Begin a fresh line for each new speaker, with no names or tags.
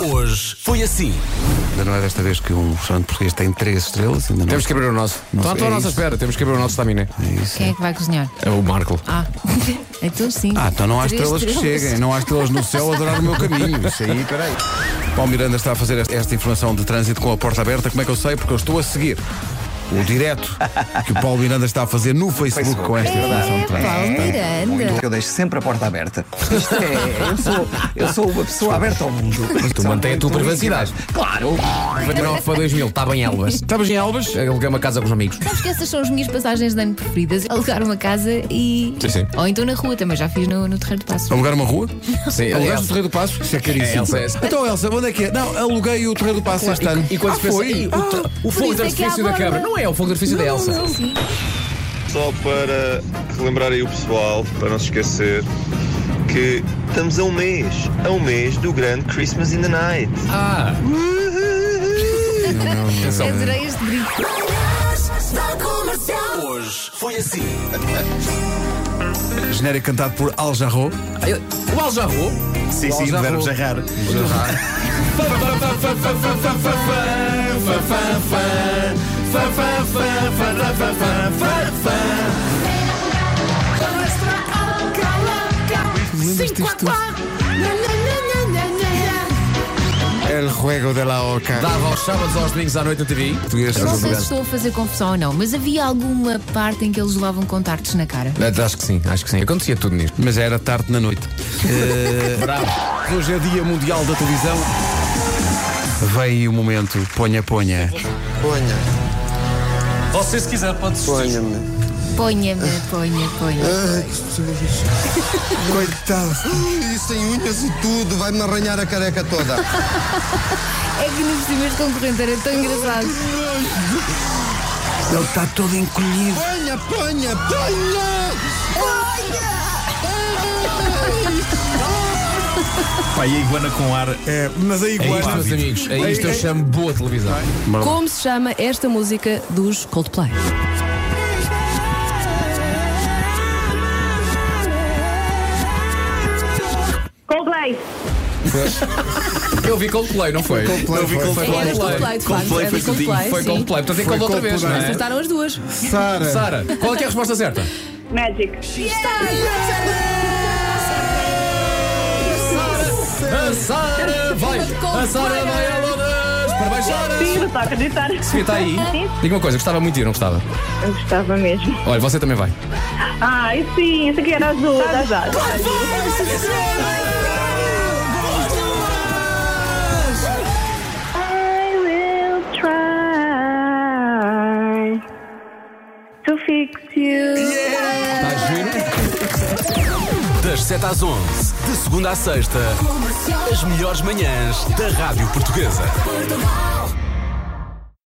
Hoje foi assim.
Ainda não é desta vez que um restaurante português tem três estrelas. Ainda não
Temos que abrir o nosso. Estão à
é
tua nossa
isso.
espera, temos que abrir o nosso estaminé.
é isso.
Quem é que vai cozinhar?
É o Marco.
Ah, então sim.
Ah, então não há
Três
estrelas que cheguem, não há estrelas no céu a adorar o meu caminho. Isso aí, peraí. Paulo Miranda está a fazer esta, esta informação de trânsito com a porta aberta. Como é que eu sei? Porque eu estou a seguir o direto que o Paulo Miranda está a fazer no Facebook com esta informação de
É,
trânsito.
Paulo Miranda.
Eu deixo sempre a porta aberta. Isto é, eu sou, eu sou uma pessoa aberta ao mundo.
Tu mantém a tua privacidade.
Claro.
Venha ao Fã 2000, estava em tá Elvas. Estavas em Elvas? Aluguei uma casa com os amigos.
Sabes que essas são as minhas passagens de ano preferidas? Alugar uma casa e.
Sim, sim.
Ou então na rua também, já fiz no, no Terreiro de Passo.
Alugar uma rua?
Sim,
Alugaste
Elsa.
o Terreiro do Passo? Isso é
É,
caríssimo.
Elsa, é-
Então, Elsa, onde é que é? Não, aluguei o Terreiro do Passo este ano. Ah,
E quando se pensa, "Ih, o, tra- o
Por
fogo de
isso é que há
artifício da
borda."
câmara. Não é o fogo de artifício da Elsa.
Não, sim.
Só para relembrar aí o pessoal, para não se esquecer, que estamos a um mês, a um mês do grande Christmas in the Night.
Ah, atenção.
Adorei este grito.
Hoje foi assim.
Genérico cantado por Al Jarro.
O Aljarro?
Sim, sim,
Algarro.
verbo jarrar.
El Juego de la Oca.
Dava aos sábados aos domingos à noite na TV.
Português.
Eu não sei se estou a fazer confusão ou não, mas havia alguma parte em que eles levavam contactos na cara?
Eh, Acho que sim, acho que sim. Eh, Acontecia tudo nisto.
Mas era tarde na noite.
Bravo.
Hoje é Dia Mundial da Televisão. Vem aí o momento, ponha, ponha.
Você se quiser pode sonhar.
Ponha-me, ponha, ponha.
Isso tem unhas e tudo, vai-me arranhar a careca toda.
É que no cima este concorrente era tão engraçado.
Ele está todo encolhido.
Ponha, ponha, ponha!
Pá, e a iguana com ar.
É, mas aí
É
igual.
isto, meus amigos. É isto eu chamo boa televisão.
Como se chama esta música dos Coldplay?
Coldplay.
Eu vi Coldplay, não foi?
Não vi
É
Coldplay.
dos Coldplay, de facto.
Coldplay
é
foi
dos
tudinho.
Coldplay,
Foi
sim.
Coldplay. Portanto, tem Coldplay outra vez, não é?
Acertaram as duas.
Sara.
Sara, qual é, que é a resposta certa?
Magic.
A Sara vai! A Sara vai a Londres! Parabéns, Sara!
Sim, não estou a acreditar.
Sofia, está aí?
Sim,
Diga uma coisa, gostava muito de ir, não gostava?
eu gostava mesmo.
Olha, você também vai.
Ai, sim, isso aqui era azul. Tá, já. I will try to fix you.
Está giro?
Das 7 às 11, de segunda à sexta, as melhores manhãs da Rádio Portuguesa.